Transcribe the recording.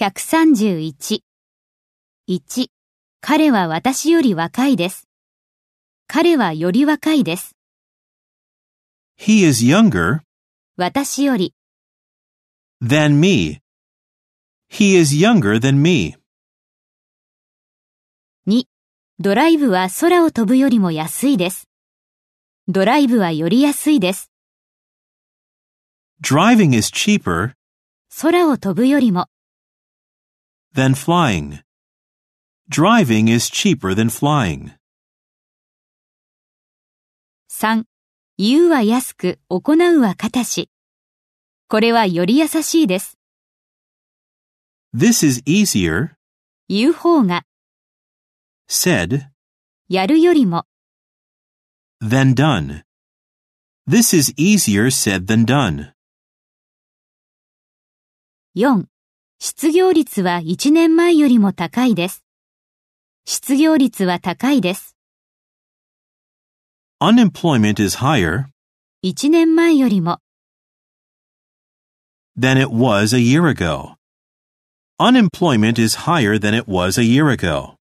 131。1. 彼は私より若いです。彼はより若いです。 He is younger 私より、 than me. He is younger than me. ドライブは空を飛ぶよりも安いです。ドライブはより安いです。 Driving is cheaper 空を飛ぶよりも、 than flying. Driving is cheaper than flying. 3. 言うは安く、行うは形し。これはより優しいです。 This is easier 言う方が、 said やるよりも、 than done. This is easier said than done. 4. 失業率は1年前よりも高いです。失業率は高いです。 Unemployment is higher 1年前よりも、 than it was a year ago. Unemployment is higher than it was a year ago.